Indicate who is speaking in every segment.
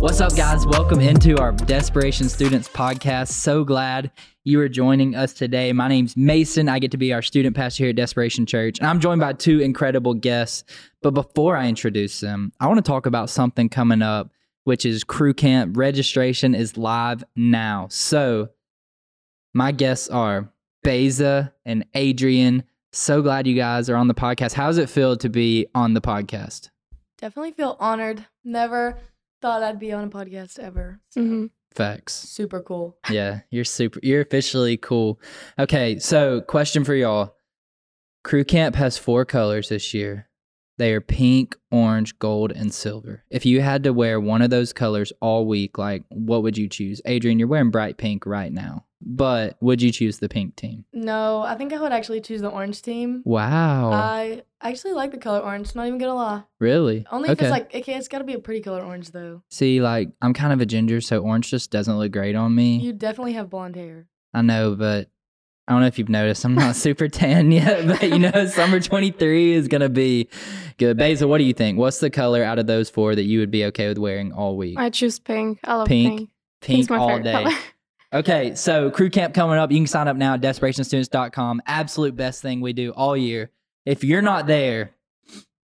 Speaker 1: What's up, guys? Welcome into our Desperation Students podcast. So glad you are joining us today. My name's Mason. I get to be our student pastor here at Desperation Church, and I'm joined by two incredible guests. But before I introduce them, I want to talk about something coming up, which is crew camp. Registration is live now. So, my guests are Beza and Adrian. So glad you guys are on the podcast. How's it feel to be on the podcast?
Speaker 2: Definitely feel honored. Never thought I'd be on a podcast ever. So,
Speaker 3: Mm-hmm.
Speaker 1: Facts.
Speaker 2: Super cool.
Speaker 1: Yeah, you're super. You're officially cool. Okay, so question for y'all: Crew Camp has four colors this year. They are pink, orange, gold, and silver. If you had to wear one of those colors all week, like what would you choose? Adrian, you're wearing bright pink right now, but would you choose the pink team?
Speaker 2: No, I think I would actually choose the orange team.
Speaker 1: Wow,
Speaker 2: I actually like the color orange. Not even gonna lie.
Speaker 1: really?
Speaker 2: Only if it's like okay, it's gotta be a pretty color orange though.
Speaker 1: See, like I'm kind of a ginger, so orange just doesn't look great on me.
Speaker 2: You definitely have blonde hair.
Speaker 1: I know, but I don't know if you've noticed, I'm not super tan yet, but you know, summer 23 is going to be good. Basil, what do you think? What's the color out of those four that you would be okay with wearing all week?
Speaker 3: I choose pink. I love
Speaker 1: Pink.
Speaker 3: pink.
Speaker 1: Pink
Speaker 3: my
Speaker 1: all
Speaker 3: favorite
Speaker 1: day.
Speaker 3: color.
Speaker 1: Okay, so crew camp coming up. You can sign up now at desperationstudents.com. Absolute best thing we do all year. If you're not there,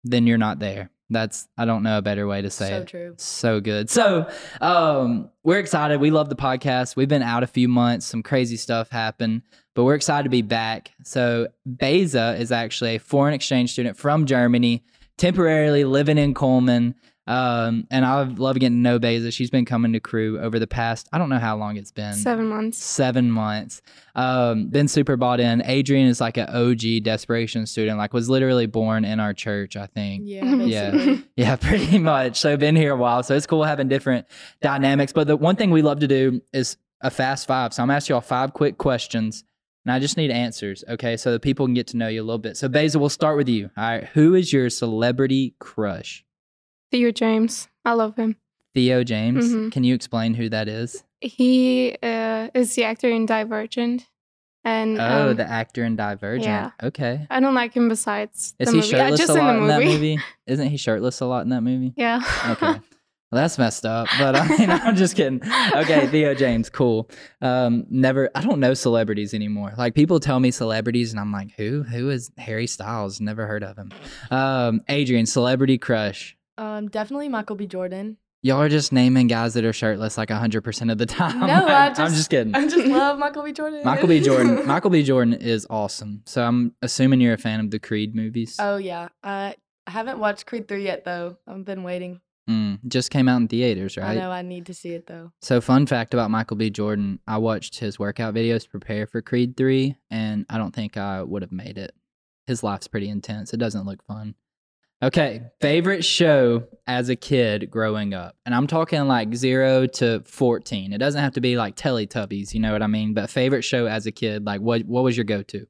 Speaker 1: then you're not there. That's, I don't know a better way to say
Speaker 2: so
Speaker 1: it.
Speaker 2: true.
Speaker 1: So good. So, um, we're excited. We love the podcast. We've been out a few months. Some crazy stuff happened, but we're excited to be back. So, Beza is actually a foreign exchange student from Germany, temporarily living in Coleman. Um, and I love getting to know Beza. She's been coming to crew over the past, I don't know how long it's been
Speaker 3: Seven months.
Speaker 1: seven months. Um, been super bought in. Adrian is like an OG desperation student, like was literally born in our church, I think.
Speaker 2: Yeah.
Speaker 3: Mm-hmm.
Speaker 1: Yeah.
Speaker 2: basically.
Speaker 1: Yeah, pretty much. So I've been here a while. So it's cool having different dynamics. But the one thing we love to do is a fast five. So I'm gonna ask y'all five quick questions. And I just need answers, okay? So that people can get to know you a little bit. So Basil, we'll start with you. All right. Who is your celebrity crush?
Speaker 3: Theo James. I love him.
Speaker 1: Theo James.
Speaker 3: Mhm.
Speaker 1: Can you explain who that is?
Speaker 3: He uh, is the actor in Divergent, and
Speaker 1: oh,
Speaker 3: um,
Speaker 1: the actor in Divergent.
Speaker 3: yeah.
Speaker 1: Okay.
Speaker 3: I don't like him besides
Speaker 1: Is
Speaker 3: the
Speaker 1: he
Speaker 3: movie. Yeah,
Speaker 1: shirtless
Speaker 3: just
Speaker 1: a
Speaker 3: in
Speaker 1: lot
Speaker 3: the
Speaker 1: in,
Speaker 3: movie.
Speaker 1: that movie? Isn't he shirtless a lot in that movie?
Speaker 3: Yeah.
Speaker 1: Okay. Well, that's messed up, but I mean, I'm just kidding. Okay, Theo James, cool. Um, never, I don't know celebrities anymore. Like people tell me celebrities, and I'm like, who? Who is Harry Styles? Never heard of him. Um, Adrian, celebrity crush.
Speaker 2: Um, definitely Michael B. Jordan.
Speaker 1: Y'all are just naming guys that are shirtless like 100% of the time.
Speaker 2: No, I
Speaker 1: I'm
Speaker 2: just-
Speaker 1: just kidding.
Speaker 2: I just love Michael B. Jordan.
Speaker 1: Michael B. Jordan. Michael B. Jordan is awesome. So I'm assuming you're a fan of the Creed movies.
Speaker 2: oh yeah. I I haven't watched Creed three yet though. I've been waiting.
Speaker 1: Mm, just came out in theaters, right?
Speaker 2: I know I need to see it though.
Speaker 1: So, fun fact about Michael B. Jordan, I watched his workout videos to prepare for Creed 3, and I don't think I would have made it. His life's pretty intense. It doesn't look fun. Okay, favorite show as a kid growing up. And I'm talking like 0 to 14. It doesn't have to be like Teletubbies, you know what I mean? But favorite show as a kid, like what what was your go-to?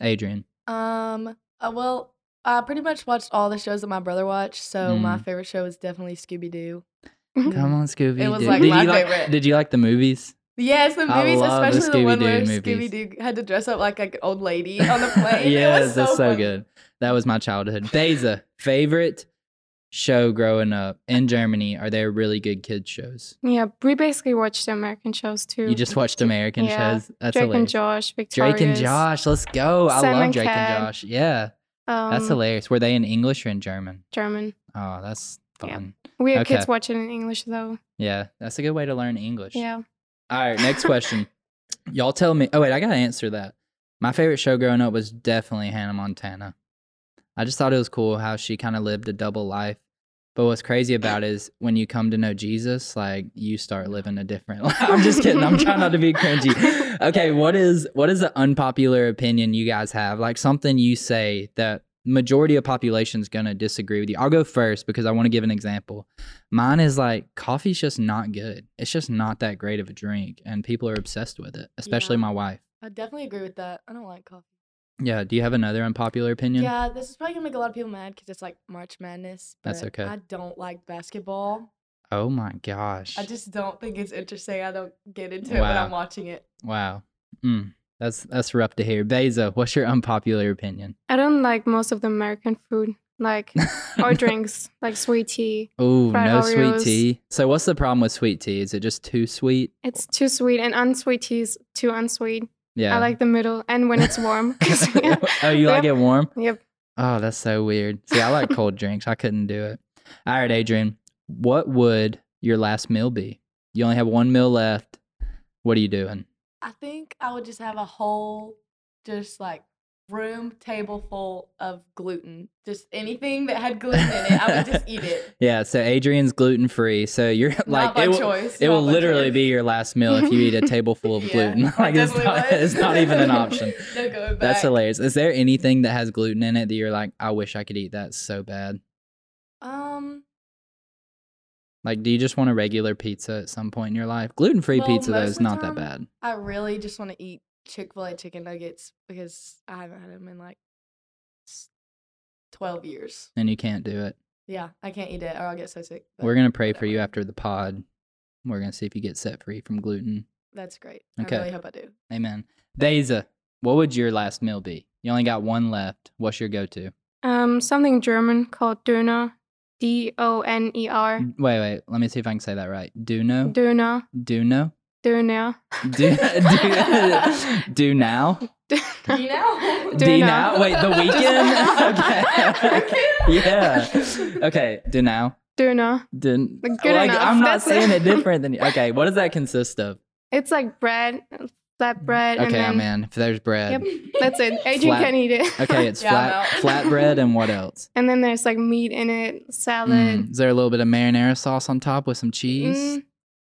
Speaker 1: Adrian.
Speaker 2: Um. Uh, well, I pretty much watched all the shows that my brother watched. So my
Speaker 1: Mm.
Speaker 2: favorite show was definitely Scooby Doo.
Speaker 1: Come on, Scooby.
Speaker 2: was,
Speaker 1: Doo.
Speaker 2: like,
Speaker 1: did
Speaker 2: my
Speaker 1: you Like,
Speaker 2: favorite.
Speaker 1: did you like the movies?
Speaker 2: Yes, the
Speaker 1: I
Speaker 2: movies,
Speaker 1: love the
Speaker 2: especially the, one where
Speaker 1: Scooby-Doo movies.
Speaker 2: Scooby Doo had to dress up like, like an old lady on the plane.
Speaker 1: yes,
Speaker 2: it was so
Speaker 1: that's so
Speaker 2: funny.
Speaker 1: good. That was my childhood. Beza, favorite show growing up in Germany? Are there really good kids shows?
Speaker 3: Yeah, we basically watched the American shows too.
Speaker 1: You just watched American
Speaker 3: Yeah.
Speaker 1: shows. That's
Speaker 3: Drake and
Speaker 1: hilarious.
Speaker 3: Josh, Victorious.
Speaker 1: Drake and Josh, let's go. I
Speaker 3: Simon
Speaker 1: love Drake
Speaker 3: Cad.
Speaker 1: and Josh. Yeah,
Speaker 3: Um,
Speaker 1: that's hilarious. Were they in English or in German?
Speaker 3: German.
Speaker 1: Oh, that's
Speaker 3: Yeah.
Speaker 1: fun.
Speaker 3: We had
Speaker 1: Okay.
Speaker 3: kids watching in English though.
Speaker 1: Yeah. that's a good way to learn English.
Speaker 3: Yeah.
Speaker 1: All right, next question. Y'all tell me. Oh, wait, I got to answer that. My favorite show growing up was definitely Hannah Montana. I just thought it was cool how she kind of lived a double life. But what's crazy about it is when you come to know Jesus, like you start living a different life. I'm just kidding. I'm trying not to be cringy. Okay, what is what is the unpopular opinion you guys have? Like something you say that majority of population's gonna disagree with you. I'll go first because I want to give an example. Mine is like coffee's just not good. It's just not that great of a drink, and people are obsessed with it, especially
Speaker 2: Yeah.
Speaker 1: my wife.
Speaker 2: I definitely agree with that. I don't like coffee.
Speaker 1: Yeah. Do you have another unpopular opinion?
Speaker 2: Yeah, this is probably gonna make a lot of people mad because it's like March Madness.
Speaker 1: That's
Speaker 2: but
Speaker 1: okay.
Speaker 2: I don't like basketball.
Speaker 1: Oh my gosh.
Speaker 2: I just don't think it's interesting. I don't get into it when
Speaker 1: Wow.
Speaker 2: I'm watching it.
Speaker 1: Wow. Mm, that's that's rough to hear. Beza, what's your unpopular opinion?
Speaker 3: I don't like most of the American food. like hard drinks, like sweet tea.
Speaker 1: Oh,
Speaker 3: fried
Speaker 1: no
Speaker 3: Oreos.
Speaker 1: sweet tea. So what's the problem with sweet tea? Is it just too sweet?
Speaker 3: It's too sweet, and unsweet tea is too unsweet.
Speaker 1: Yeah.
Speaker 3: I like the middle, and when it's warm. 'cause we-
Speaker 1: oh, you
Speaker 3: we
Speaker 1: like it
Speaker 3: have-
Speaker 1: warm?
Speaker 3: Yep.
Speaker 1: Oh, that's so weird. See, I like cold drinks. I couldn't do it. All right, Adrian, what would your last meal be? You only have one meal left. What are you doing?
Speaker 2: I think I would just have a whole, just like room table full of gluten. Just anything that had gluten in it, I would just eat it.
Speaker 1: Yeah, so Adrian's gluten free. So you're
Speaker 2: Not
Speaker 1: like
Speaker 2: by
Speaker 1: it will,
Speaker 2: choice.
Speaker 1: it
Speaker 2: not
Speaker 1: will
Speaker 2: by
Speaker 1: literally
Speaker 2: choice.
Speaker 1: be your last meal if you eat a table full of
Speaker 2: Yeah,
Speaker 1: gluten.
Speaker 2: I
Speaker 1: Like it's
Speaker 2: definitely
Speaker 1: not,
Speaker 2: would.
Speaker 1: it's not even an option.
Speaker 2: no going back.
Speaker 1: That's hilarious. Is there anything that has gluten in it that you're like, I wish I could eat that so bad?
Speaker 2: Um,
Speaker 1: Like, do you just want a regular pizza at some point in your life? Gluten free
Speaker 2: Well,
Speaker 1: pizza though
Speaker 2: most
Speaker 1: is
Speaker 2: of the
Speaker 1: not that
Speaker 2: time-
Speaker 1: bad.
Speaker 2: I really just want to eat Chick Fil A chicken nuggets because I haven't had them in like s- twelve years.
Speaker 1: And you can't do it.
Speaker 2: Yeah, I can't eat it or I'll get so sick. but
Speaker 1: We're gonna pray for you
Speaker 2: whatever.
Speaker 1: after the pod. We're gonna see if you get set free from gluten.
Speaker 2: That's great.
Speaker 1: Okay.
Speaker 2: I really hope I do.
Speaker 1: Amen. Daza, what would your last meal be? You only got one left. What's your go to?
Speaker 3: Um, something German called Döner, D O N E R.
Speaker 1: Wait, wait. Let me see if I can say that right. Do know?
Speaker 3: Döner,
Speaker 1: Do know?
Speaker 3: Döner.
Speaker 1: Do do, do now?
Speaker 3: Döner.
Speaker 2: You know,
Speaker 3: Do
Speaker 1: D
Speaker 3: now.
Speaker 1: now? Wait, the weekend? okay. Yeah.
Speaker 2: Yeah.
Speaker 1: Okay. Do now?
Speaker 3: Döner.
Speaker 1: Didn't.
Speaker 3: Good
Speaker 1: like,
Speaker 3: enough.
Speaker 1: I'm not
Speaker 3: That's
Speaker 1: saying
Speaker 3: it.
Speaker 1: it different than you. Okay. What does that consist of?
Speaker 3: It's like bread, flat bread, and
Speaker 1: Mm. okay,
Speaker 3: then
Speaker 1: I'm in. If there's bread.
Speaker 3: Yep. that's it. Adrian
Speaker 1: Flat-
Speaker 3: can eat it.
Speaker 1: Okay, it's
Speaker 2: Yeah,
Speaker 1: flat
Speaker 2: I'm out.
Speaker 1: flatbread and what else?
Speaker 3: and then there's like meat in it, salad.
Speaker 1: Mm, is there a little bit of marinara sauce on top with some cheese?
Speaker 3: Mm,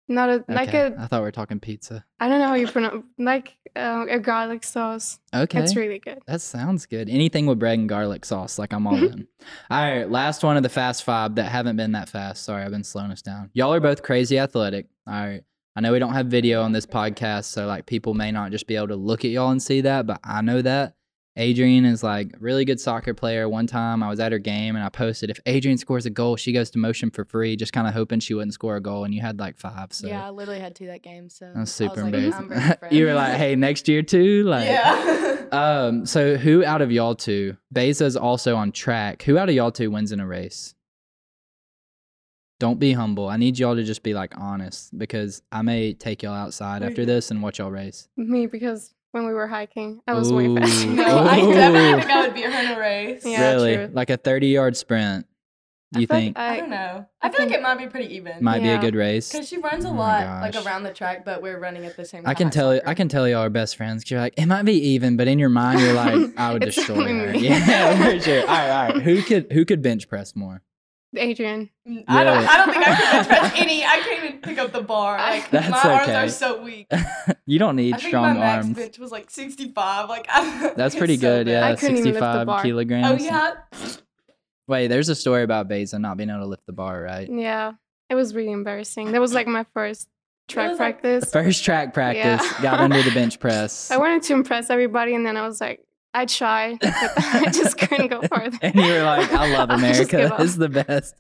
Speaker 3: not a like
Speaker 1: Okay,
Speaker 3: a
Speaker 1: I thought we were talking pizza.
Speaker 3: I don't know how you pronounce like uh, a garlic sauce.
Speaker 1: Okay.
Speaker 3: It's really good.
Speaker 1: that sounds good. Anything with bread and garlic sauce, like I'm all
Speaker 2: Mm-hmm.
Speaker 1: in. All right, last one of the fast five that haven't been that fast. Sorry, I've been slowing us down. Y'all are both crazy athletic. All right. I know we don't have video on this podcast, so like people may not just be able to look at y'all and see that, but I know that. Adrian is like really good soccer player. One time I was at her game and I posted if Adrian scores a goal, she goes to motion for free, just kind of hoping she wouldn't score a goal. And you had like five, so
Speaker 2: Yeah, I literally had two that game, so
Speaker 1: I'm super
Speaker 2: I was
Speaker 1: embarrassed.
Speaker 2: like, I'm ready for
Speaker 1: you were
Speaker 2: it.
Speaker 1: like, "Hey, next year too." Like,
Speaker 2: yeah.
Speaker 1: um, so who out of y'all two? Beza's also on track. Who out of y'all two wins in a race? Don't be humble. I need y'all to just be like honest because I may take y'all outside
Speaker 3: Mm-hmm.
Speaker 1: after this and watch y'all race.
Speaker 3: Me because when we were hiking, I was way
Speaker 1: Ooh.
Speaker 3: faster.
Speaker 2: no, I definitely
Speaker 1: Ooh.
Speaker 2: think I would beat her in a race.
Speaker 3: Yeah.
Speaker 1: really,
Speaker 3: true.
Speaker 1: like a thirty-yard sprint. You
Speaker 3: feel like
Speaker 1: think
Speaker 2: I don't know. I,
Speaker 3: I
Speaker 2: feel like
Speaker 3: think-
Speaker 2: it might be pretty even.
Speaker 1: might
Speaker 3: Yeah.
Speaker 1: be a good race?
Speaker 2: Because she runs a
Speaker 1: Oh my
Speaker 2: lot,
Speaker 1: gosh.
Speaker 2: like around the track, but we're running at the same time.
Speaker 1: I can
Speaker 2: at
Speaker 1: tell.
Speaker 2: soccer.
Speaker 1: I can tell y'all are best friends. 'cause You're like, it might be even, but in your mind, you're like, I would
Speaker 3: It's
Speaker 1: destroy
Speaker 3: only
Speaker 1: her.
Speaker 3: me.
Speaker 1: Yeah, for sure. All right, all right. Who could who could bench press more?
Speaker 3: Adrian.
Speaker 2: Mm, I don't.
Speaker 1: Yeah.
Speaker 2: I don't think I can press any. I can't even pick up the bar. Like
Speaker 1: That's
Speaker 2: my arms
Speaker 1: okay.
Speaker 2: are so weak.
Speaker 1: you don't need
Speaker 2: I think
Speaker 1: strong
Speaker 2: my max
Speaker 1: arms.
Speaker 2: bench was like 65. Like I,
Speaker 1: That's
Speaker 2: it's
Speaker 1: pretty
Speaker 2: so
Speaker 1: good.
Speaker 2: bad.
Speaker 1: Yeah,
Speaker 3: I couldn't even lift the
Speaker 1: 65
Speaker 3: bar.
Speaker 2: Oh
Speaker 1: kilograms.
Speaker 2: yeah.
Speaker 1: Wait, there's a story about Beza not being able to lift the bar, right?
Speaker 3: Yeah, it was really embarrassing. That was like my first track
Speaker 2: was, like,
Speaker 3: practice.
Speaker 1: First track practice,
Speaker 3: Yeah.
Speaker 1: got under the bench press.
Speaker 3: I wanted to impress everybody, and then I was like, I tried, but I just couldn't go further.
Speaker 1: and you were like, I love
Speaker 3: I just give
Speaker 1: America.
Speaker 3: up.
Speaker 1: This is the best.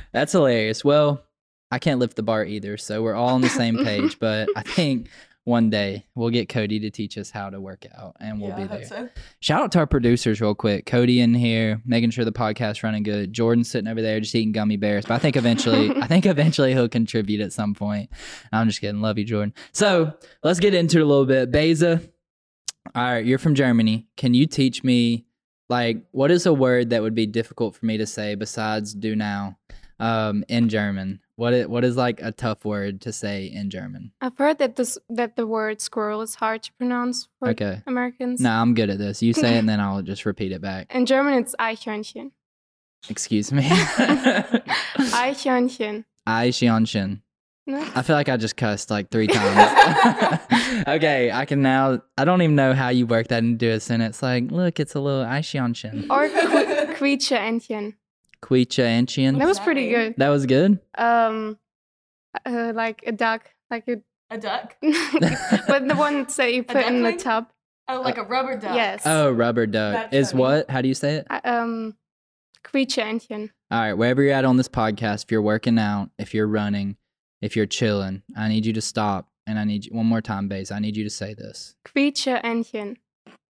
Speaker 1: That's hilarious. Well, I can't lift the bar either, so we're all on the same page. But I think one day we'll get Cody to teach us how to work out, and we'll
Speaker 2: yeah,
Speaker 1: be
Speaker 2: I
Speaker 1: there.
Speaker 2: hope so.
Speaker 1: Shout out to our producers real quick. Cody in here, making sure the podcast's running good. Jordan sitting over there just eating gummy bears. But I think eventually, I think eventually he'll contribute at some point. I'm just kidding. Love you, Jordan. So let's get into it a little bit. Beza. All right, you're from Germany. Can you teach me like what is a word that would be difficult for me to say besides do now um, in German? What is, what is like a tough word to say in German?
Speaker 3: I've heard that this that the word squirrel is hard to pronounce for
Speaker 1: Okay.
Speaker 3: Americans.
Speaker 1: No, I'm good at this. You say it and then I'll just repeat it back.
Speaker 3: In German, it's Eichhörnchen.
Speaker 1: Excuse me.
Speaker 3: Eichhörnchen.
Speaker 1: I Xianxian.
Speaker 3: No?
Speaker 2: Ah.
Speaker 1: I feel like I just cussed like three times. okay, I can now. I don't even know how you work that into a sentence. Like, look, it's a little I Xianxian.
Speaker 3: Or que- Quietscheentchen.
Speaker 1: Quicha
Speaker 3: That
Speaker 1: Anxian.
Speaker 3: was pretty good.
Speaker 1: That was good.
Speaker 3: Um, uh, like a duck, like a,
Speaker 2: A duck?
Speaker 3: but the one that you put in the
Speaker 2: duckling?
Speaker 3: tub.
Speaker 2: Oh, like a rubber duck.
Speaker 3: Yes.
Speaker 1: Oh, rubber duck
Speaker 2: That's
Speaker 1: is
Speaker 2: funny.
Speaker 1: what? How do you say it?
Speaker 3: I- um, Quietscheentchen.
Speaker 1: All right, wherever you're at on this podcast, if you're working out, if you're running, if you're chilling, I need you to stop. And I need you one more time, Baze. I need you to say this.
Speaker 3: Quietscheentchen.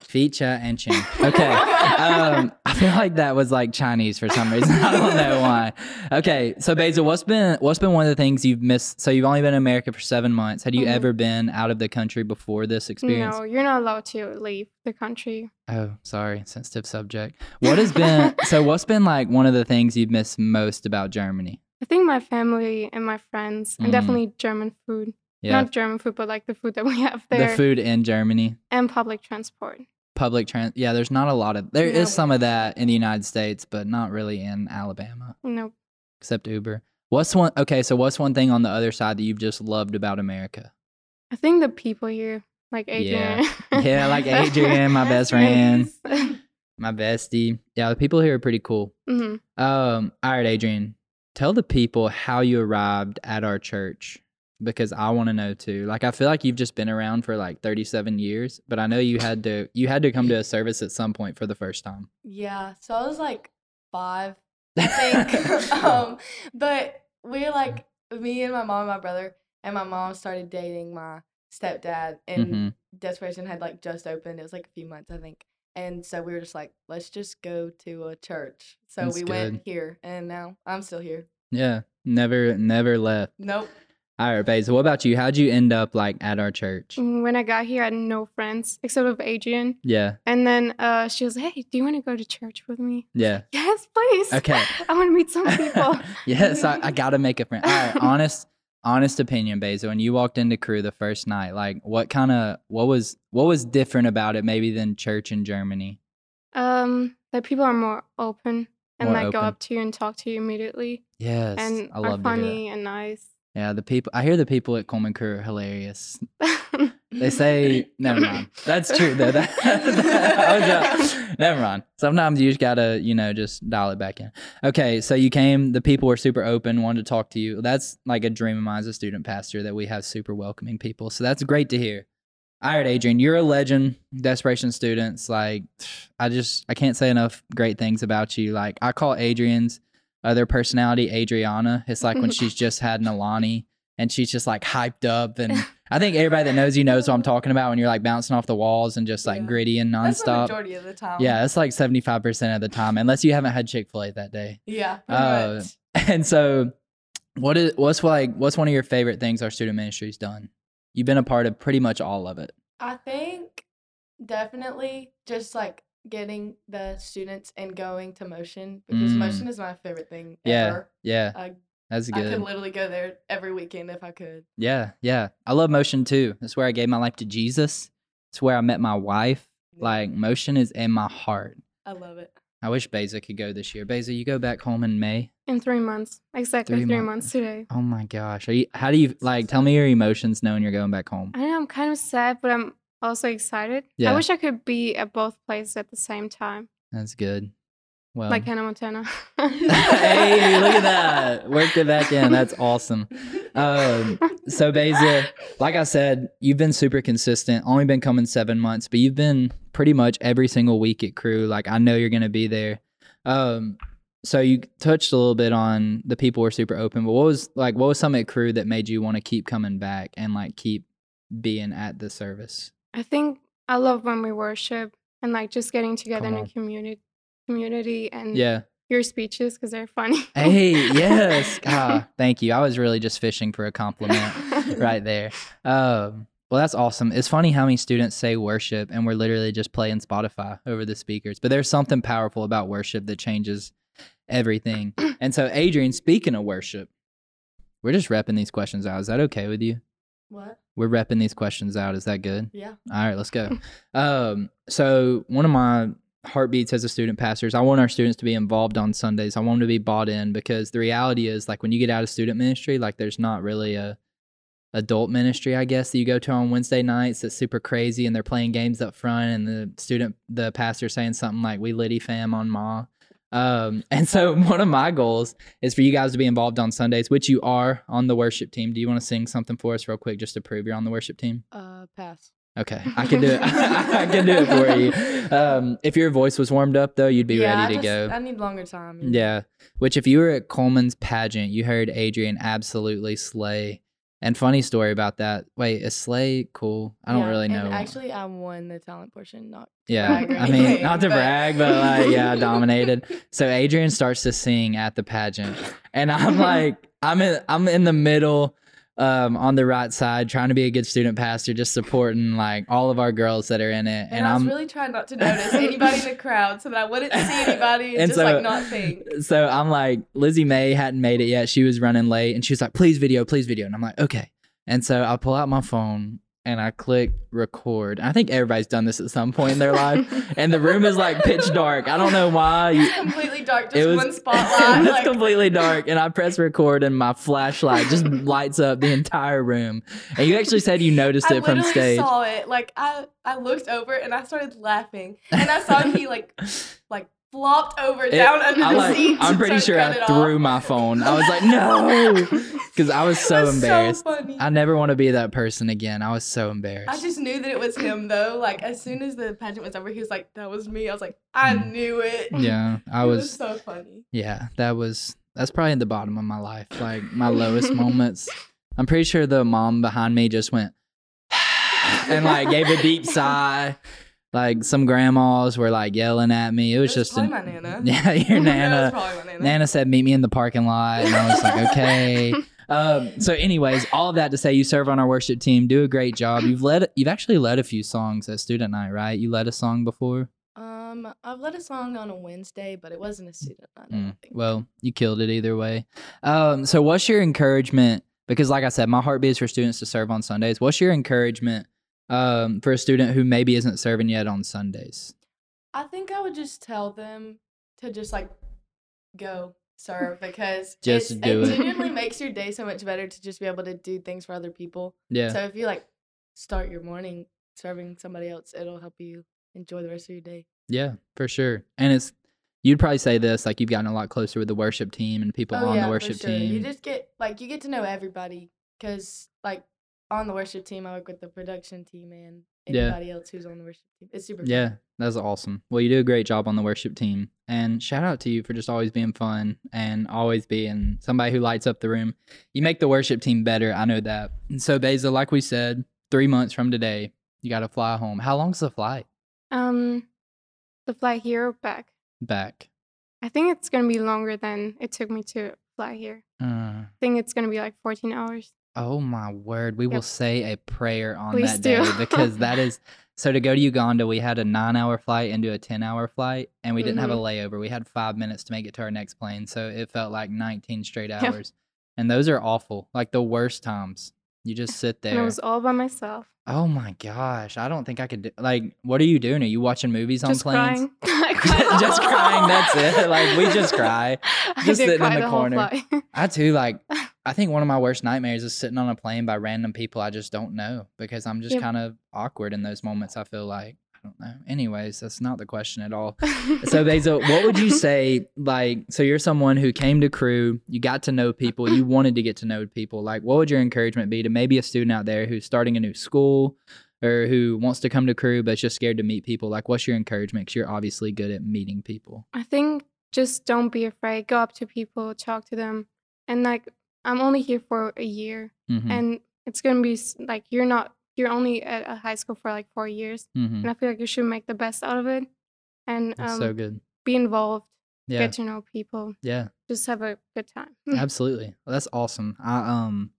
Speaker 1: Feet, chat, and chin. Okay. um, I feel like that was like Chinese for some reason. I don't know why. Okay, so Basil, what's been what's been one of the things you've missed? So you've only been in America for seven months. Had you
Speaker 3: Mhm.
Speaker 1: ever been out of the country before this experience?
Speaker 3: No, you're not allowed to leave the country.
Speaker 1: Oh, sorry, sensitive subject. What has been so? What's been like one of the things you've missed most about Germany?
Speaker 3: I think my family and my friends, and
Speaker 1: Mm.
Speaker 3: definitely German food.
Speaker 1: Yeah,
Speaker 3: Not German food, but like the food that we have
Speaker 1: the
Speaker 3: there,
Speaker 1: food in Germany.
Speaker 3: and public transport.
Speaker 1: public trans yeah there's not a lot of there is
Speaker 3: No.
Speaker 1: some of that in the united states but not really in alabama
Speaker 3: No,
Speaker 1: except uber what's one okay so what's one thing on the other side that you've just loved about america
Speaker 3: I think the people here, like Adrian.
Speaker 1: yeah like adrian my best friend
Speaker 2: Yes.
Speaker 1: my bestie yeah the people here are pretty cool
Speaker 3: Mhm.
Speaker 1: um all right adrian tell the people how you arrived at our church because i want to know too like i feel like you've just been around for like 37 years but i know you had to you had to come to a service at some point for the first time
Speaker 2: Yeah. So I was like five, I think. um, but we like
Speaker 1: Mm.
Speaker 2: me and my mom and my brother and my mom started dating my stepdad and
Speaker 1: Mhm.
Speaker 2: Desperation had like just opened. It was like a few months, I think. And so we were just like, let's just go to a church. So
Speaker 1: That's
Speaker 2: we
Speaker 1: good.
Speaker 2: went here and now I'm still here.
Speaker 1: yeah never never left
Speaker 2: Nope.
Speaker 1: All right, Basil, what about you? How'd you end up like at our church?
Speaker 3: When I got here, I had no friends except of Adrian.
Speaker 1: Yeah,
Speaker 3: And then uh, she was like, "Hey, do you want to go to church with me?"
Speaker 1: yeah.
Speaker 3: Yes, please.
Speaker 1: Okay.
Speaker 3: I want to meet some people.
Speaker 1: yes, I, I gotta make a friend. All right, honest, honest opinion, Basil. When you walked into crew the first night, like what kind of what was what was different about it maybe than church in Germany?
Speaker 3: um, that people are more open and
Speaker 1: More
Speaker 3: like go
Speaker 1: open.
Speaker 3: up to you and talk to you immediately,
Speaker 1: Yes,
Speaker 3: and
Speaker 1: I
Speaker 3: are
Speaker 1: love to hear that.
Speaker 3: funny and nice.
Speaker 1: Yeah, the people. I hear the people at Coleman Crew are hilarious. They say never mind. That's true though. That, I was joking. never mind. Sometimes you just gotta, you know, just dial it back in. Okay, so you came. The people were super open, wanted to talk to you. That's like a dream of mine as a student pastor that we have super welcoming people. So that's great to hear. All right, Adrian, you're a legend. Desperation students, like I just I can't say enough great things about you. Like I call Adrian's other personality Adriana. It's like when she's just had Nalani and she's just like hyped up and I think everybody that knows you knows what I'm talking about when you're like bouncing off the walls and just like
Speaker 2: Yeah.
Speaker 1: gritty and
Speaker 2: That's the
Speaker 1: nonstop.
Speaker 2: majority of the time.
Speaker 1: yeah, that's like 75% of the time, unless you haven't had Chick fil A that day.
Speaker 2: Yeah. pretty
Speaker 1: Uh,
Speaker 2: much.
Speaker 1: And so, what is what's like what's one of your favorite things our student ministry's done? You've been a part of pretty much all of it.
Speaker 2: I think definitely just like getting the students and going to motion because
Speaker 1: Mm.
Speaker 2: motion is my favorite thing
Speaker 1: Yeah,
Speaker 2: ever.
Speaker 1: Yeah,
Speaker 2: I-
Speaker 1: that's
Speaker 2: I
Speaker 1: good.
Speaker 2: could literally go there every weekend if I could.
Speaker 1: yeah, yeah. I love motion too. That's where I gave my life to Jesus. It's where I met my wife. Like motion is in my heart.
Speaker 2: I love it.
Speaker 1: I wish Beza could go this year. Beza, you go back home in May.
Speaker 3: In three months, exactly
Speaker 1: Three
Speaker 3: three,
Speaker 1: months.
Speaker 3: months. today.
Speaker 1: Oh my gosh. Are you, how do you like tell me your emotions knowing you're going back home?
Speaker 3: I know I'm kind of sad, but I'm also excited.
Speaker 1: Yeah.
Speaker 3: I wish I could be at both places at the same time,
Speaker 1: That's good. Well,
Speaker 3: like Hannah Montana.
Speaker 1: hey, look at that. Worked it back in. That's awesome. Um, so, Beza, like I said, you've been super consistent, only been coming seven months, but you've been pretty much every single week at crew. Like, I know you're going to be there. Um, so you touched a little bit on the people were super open, but what was like, what was something at crew that made you want to keep coming back and like keep being at the service?
Speaker 3: I think I love when we worship and like just getting together
Speaker 1: Come
Speaker 3: in
Speaker 1: on.
Speaker 3: a community, community, and
Speaker 1: Yeah.
Speaker 3: your speeches because they're funny.
Speaker 1: Hey, yes. Ah, thank you. I was really just fishing for a compliment. right there. Um, well, that's awesome. It's funny how many students say worship, and we're literally just playing Spotify over the speakers. But there's something powerful about worship that changes everything. and so, Adrian, speaking of worship, we're just repping these questions out. Is that okay with you?
Speaker 2: What?
Speaker 1: We're repping these questions out. Is that good?
Speaker 2: Yeah.
Speaker 1: All right, let's go. Um, so one of my heartbeats as a student pastor is I want our students to be involved on Sundays. I want them to be bought in because the reality is like when you get out of student ministry, like there's not really a adult ministry, I guess, that you go to on Wednesday nights that's super crazy and they're playing games up front and the student the pastor saying something like we Liddy fam on ma. Um, and so one of my goals is for you guys to be involved on Sundays, which you are on the worship team. Do you want to sing something for us real quick just to prove you're on the worship team?
Speaker 2: Uh, pass.
Speaker 1: Okay, I can do it. I can do it for you. Um, if your voice was warmed up, though, you'd be
Speaker 2: yeah,
Speaker 1: ready
Speaker 2: I
Speaker 1: to go.
Speaker 2: just- I need longer time.
Speaker 1: Yeah. Which, if you were at Coleman's pageant, you heard Adrian absolutely slay And funny story about that. Wait, is Slay cool? I don't
Speaker 2: Yeah,
Speaker 1: really
Speaker 2: and
Speaker 1: know.
Speaker 2: actually, I won the talent portion. Not
Speaker 1: yeah,
Speaker 2: brag or
Speaker 1: I mean,
Speaker 2: anything,
Speaker 1: not to
Speaker 2: but-
Speaker 1: brag, but like, yeah, I dominated. So Adrian starts to sing at the pageant, and I'm like, I'm in, I'm in the middle, um, on the right side, trying to be a good student pastor, just supporting like all of our girls that are in it,
Speaker 2: And, I was
Speaker 1: I'm
Speaker 2: really trying not to notice anybody in the crowd so that I wouldn't see anybody and,
Speaker 1: And
Speaker 2: just
Speaker 1: so-
Speaker 2: like not think.
Speaker 1: So I'm like, Lizzie May hadn't made it yet. She was running late and she was like, please video, please video. And I'm like, okay. And so I pull out my phone and I click record. I think everybody's done this at some point in their life. And the room is like pitch dark. I don't know why. You-
Speaker 2: It's completely dark,
Speaker 1: it
Speaker 2: just
Speaker 1: was,
Speaker 2: one
Speaker 1: it
Speaker 2: spotlight.
Speaker 1: was
Speaker 2: like,
Speaker 1: completely dark. And I press record and my flashlight just lights up the entire room. And you actually said you noticed
Speaker 2: I
Speaker 1: it from
Speaker 2: literally
Speaker 1: stage.
Speaker 2: saw it. Like I, I looked over and I started laughing, and I saw he like, like flopped over down under
Speaker 1: I
Speaker 2: the
Speaker 1: like,
Speaker 2: seat.
Speaker 1: I'm pretty
Speaker 2: so
Speaker 1: sure
Speaker 2: cut
Speaker 1: I
Speaker 2: it
Speaker 1: threw
Speaker 2: off.
Speaker 1: my phone. I was like, no. Because I was so
Speaker 2: It was
Speaker 1: embarrassed.
Speaker 2: So funny.
Speaker 1: I never want to be that person again. I was so
Speaker 2: I
Speaker 1: embarrassed.
Speaker 2: just knew that it was him though. Like as soon as the pageant was over, he was like, "That was me." I was like, "I
Speaker 1: Mm.
Speaker 2: knew it."
Speaker 1: yeah, I
Speaker 2: It
Speaker 1: was,
Speaker 2: so funny.
Speaker 1: Yeah, that was. That's probably at the bottom of my life. Like my lowest moments. I'm pretty sure the mom behind me just went and like gave a deep sigh. Like some grandmas were like yelling at me. It was,
Speaker 2: It was
Speaker 1: just an,
Speaker 2: probably my nana.
Speaker 1: Yeah, your
Speaker 2: That was
Speaker 1: nana.
Speaker 2: probably my nana.
Speaker 1: Nana said, "Meet me in the parking lot," and I was like, "Okay." Um, so, anyways, all that to say, you serve on our worship team. Do a great job. You've led. You've actually led a few songs at student night, right? You led a song before.
Speaker 2: Um, I've led a song on a Wednesday, but it wasn't a student. I don't
Speaker 1: Mm,
Speaker 2: think.
Speaker 1: Well, you killed it either way. Um, so, what's your encouragement? Because, like I said, my heartbeat is for students to serve on Sundays. What's your encouragement um, for a student who maybe isn't serving yet on Sundays?
Speaker 2: I think I would just tell them to just like go serve because
Speaker 1: Just
Speaker 2: it's-
Speaker 1: do
Speaker 2: it
Speaker 1: it.
Speaker 2: genuinely makes your day so much better to just be able to do things for other people.
Speaker 1: Yeah.
Speaker 2: So if you like start your morning serving somebody else, it'll help you enjoy the rest of your day.
Speaker 1: Yeah, for sure. And it's you'd probably say this like you've gotten a lot closer with the worship team and people on the
Speaker 2: Oh, for
Speaker 1: worship
Speaker 2: sure.
Speaker 1: team.
Speaker 2: You just get like you get to know everybody because like on the worship team, I work with the production team and
Speaker 1: Yeah.
Speaker 2: anybody else who's on the worship team. It's super. fun.
Speaker 1: yeah, that's awesome. Well, you do a great job on the worship team, and shout out to you for just always being fun and always being somebody who lights up the room. You make the worship team better. I know that. And so, Basil, like we said, three months from today, you got to fly home. How long's the flight
Speaker 3: um, the fly here or back.
Speaker 1: back?
Speaker 3: I think it's gonna be longer than it took me to fly here.
Speaker 1: Uh,
Speaker 3: I think it's gonna be like 14 hours.
Speaker 1: Oh my word. We will
Speaker 3: Yep.
Speaker 1: say a prayer on
Speaker 3: Please
Speaker 1: that
Speaker 3: do.
Speaker 1: day because that is so to go to Uganda, we had a nine hour flight into a 10 hour flight and we didn't have a
Speaker 3: Mm-hmm.
Speaker 1: layover. We had five minutes to make it to our next plane. So it felt like 19 straight
Speaker 3: Yeah.
Speaker 1: hours. And those are awful, like the worst times. You just sit
Speaker 3: And I
Speaker 1: there.
Speaker 3: was all by myself,
Speaker 1: oh my gosh. I don't think I could do like, what are you doing? Are you watching movies on
Speaker 3: just
Speaker 1: planes?
Speaker 3: crying. I cried the
Speaker 1: Just
Speaker 3: whole-
Speaker 1: crying, that's it. Like, we just cry.
Speaker 3: I
Speaker 1: Just
Speaker 3: did
Speaker 1: sitting in
Speaker 3: cry
Speaker 1: the
Speaker 3: whole
Speaker 1: corner.
Speaker 3: flight.
Speaker 1: I too like I think one of my worst nightmares is sitting on a plane by random people I just don't know because I'm just
Speaker 3: Yep.
Speaker 1: kind of awkward in those moments. I feel like I don't know. Anyways, that's not the question at all. So Basil, what would you say like so you're someone who came to crew, you got to know people, you wanted to get to know people. Like what would your encouragement be to maybe a student out there who's starting a new school or who wants to come to crew but is just scared to meet people? Like what's your encouragement cuz you're obviously good at meeting people.
Speaker 3: I think just don't be afraid. Go up to people, talk to them, and like I'm only here for a year,
Speaker 1: Mhm.
Speaker 3: and it's gonna be s- like you're not you're only at a high school for like four years,
Speaker 1: mhm.
Speaker 3: and I feel like you should make the best out of it, and
Speaker 1: That's
Speaker 3: um,
Speaker 1: so good.
Speaker 3: be involved,
Speaker 1: Yeah.
Speaker 3: get to know people,
Speaker 1: Yeah.
Speaker 3: just have a good time.
Speaker 1: Absolutely. Well, that's awesome. I um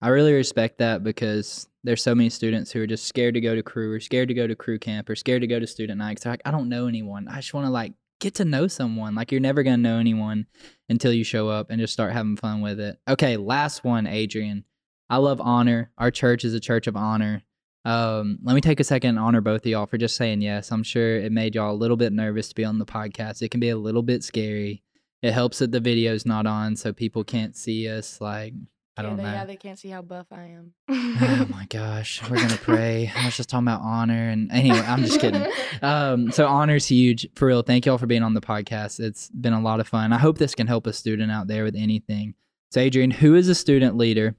Speaker 1: I really respect that because there's so many students who are just scared to go to crew or scared to go to crew camp or scared to go to student night 'cause they're like, I don't know anyone. I just want to like get to know someone. Like you're never gonna know anyone until you show up and just start having fun with it. Okay, last one, Adrian. I love honor. Our church is a church of honor. Um, let me take a second and honor both of y'all for just saying yes. I'm sure it made y'all a little bit nervous to be on the podcast. It can be a little bit scary. It helps that the video's not on so people can't see us. Like, I
Speaker 2: Yeah,
Speaker 1: don't
Speaker 2: they,
Speaker 1: know.
Speaker 2: Yeah, they can't see how buff I am.
Speaker 1: oh my gosh, we're gonna pray. I was just talking about honor, and anyway, I'm just kidding. Um, so honor's huge for real. Thank y'all for being on the podcast. It's been a lot of fun. I hope this can help a student out there with anything. So, Adrian, who is a student leader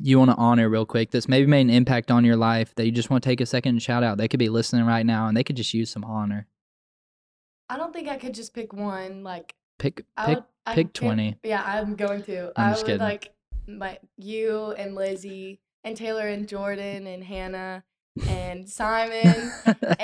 Speaker 1: you want to honor real quick that's maybe made an impact on your life that you just want to take a second and shout out? They could be listening right now and they could just use some honor.
Speaker 2: I don't think I could just pick one. Like
Speaker 1: Pick,
Speaker 2: I
Speaker 1: pick,
Speaker 2: would, I
Speaker 1: pick
Speaker 2: can't-
Speaker 1: 20.
Speaker 2: Yeah, I'm going to.
Speaker 1: I'm
Speaker 2: i
Speaker 1: just
Speaker 2: would
Speaker 1: kidding.
Speaker 2: like my you and Lizzie and Taylor and Jordan and Hannah and Simon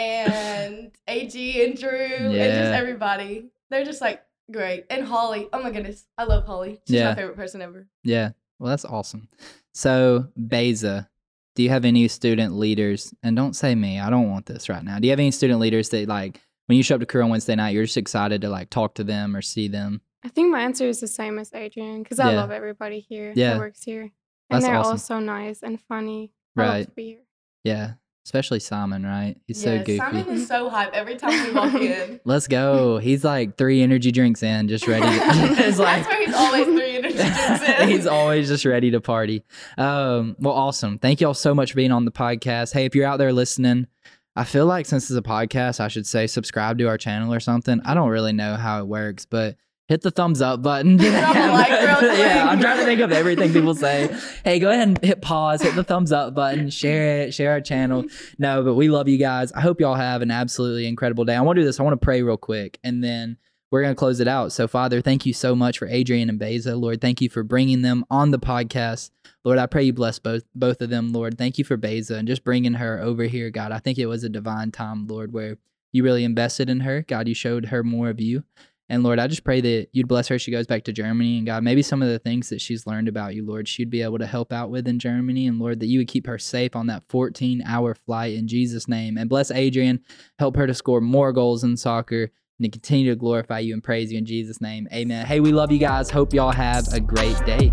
Speaker 2: and AG and Drew and
Speaker 1: Yeah.
Speaker 2: just everybody. They're just like great. And Holly. Oh my goodness. I love Holly. She's
Speaker 1: Yeah.
Speaker 2: my favorite person ever.
Speaker 1: yeah. Well, that's awesome. So, Beza, do you have any student leaders? And don't say me. I don't want this right now. Do you have any student leaders that like when you show up to crew on Wednesday night, you're just excited to like talk to them or see them?
Speaker 3: I think my answer is the same as Adrian because I
Speaker 1: Yeah.
Speaker 3: love everybody here
Speaker 1: Yeah.
Speaker 3: that works here, and
Speaker 1: That's
Speaker 3: they're
Speaker 1: awesome.
Speaker 3: all so nice and funny. I love
Speaker 1: Right.
Speaker 3: to be here.
Speaker 1: Yeah. Especially Simon, right? He's so
Speaker 2: Yes,
Speaker 1: goofy.
Speaker 2: Simon is so hype every time we walk in.
Speaker 1: Let's go. He's like three energy drinks in, just ready. To, it's like
Speaker 2: That's where he's always three energy drinks in.
Speaker 1: He's always just ready to party. Um, well, awesome. Thank y'all so much for being on the podcast. Hey, if you're out there listening, I feel like since this is a podcast, I should say subscribe to our channel or something. I don't really know how it works, but hit the thumbs up button.
Speaker 2: Drop a like real
Speaker 1: yeah,
Speaker 2: quick.
Speaker 1: I'm trying to think of everything people say. Hey, go ahead and hit pause, hit the thumbs up button, share it, share our channel. No, but we love you guys. I hope y'all have an absolutely incredible day. I want to do this. I want to pray real quick and then we're going to close it out. So, Father, thank you so much for Adrian and Beza. Lord, thank you for bringing them on the podcast. Lord, I pray you bless both both of them, Lord. Thank you for Beza and just bringing her over here, God. I think it was a divine time, Lord, where you really invested in her. God, you showed her more of you. And Lord, I just pray that you'd bless her. as She goes back to Germany. And God, maybe some of the things that she's learned about you, Lord, she'd be able to help out with in Germany. And Lord, that you would keep her safe on that 14 hour flight in Jesus' name. And bless Adrian, help her to score more goals in soccer and to continue to glorify you and praise you in Jesus' name. Amen. Hey, we love you guys. Hope y'all have a great day.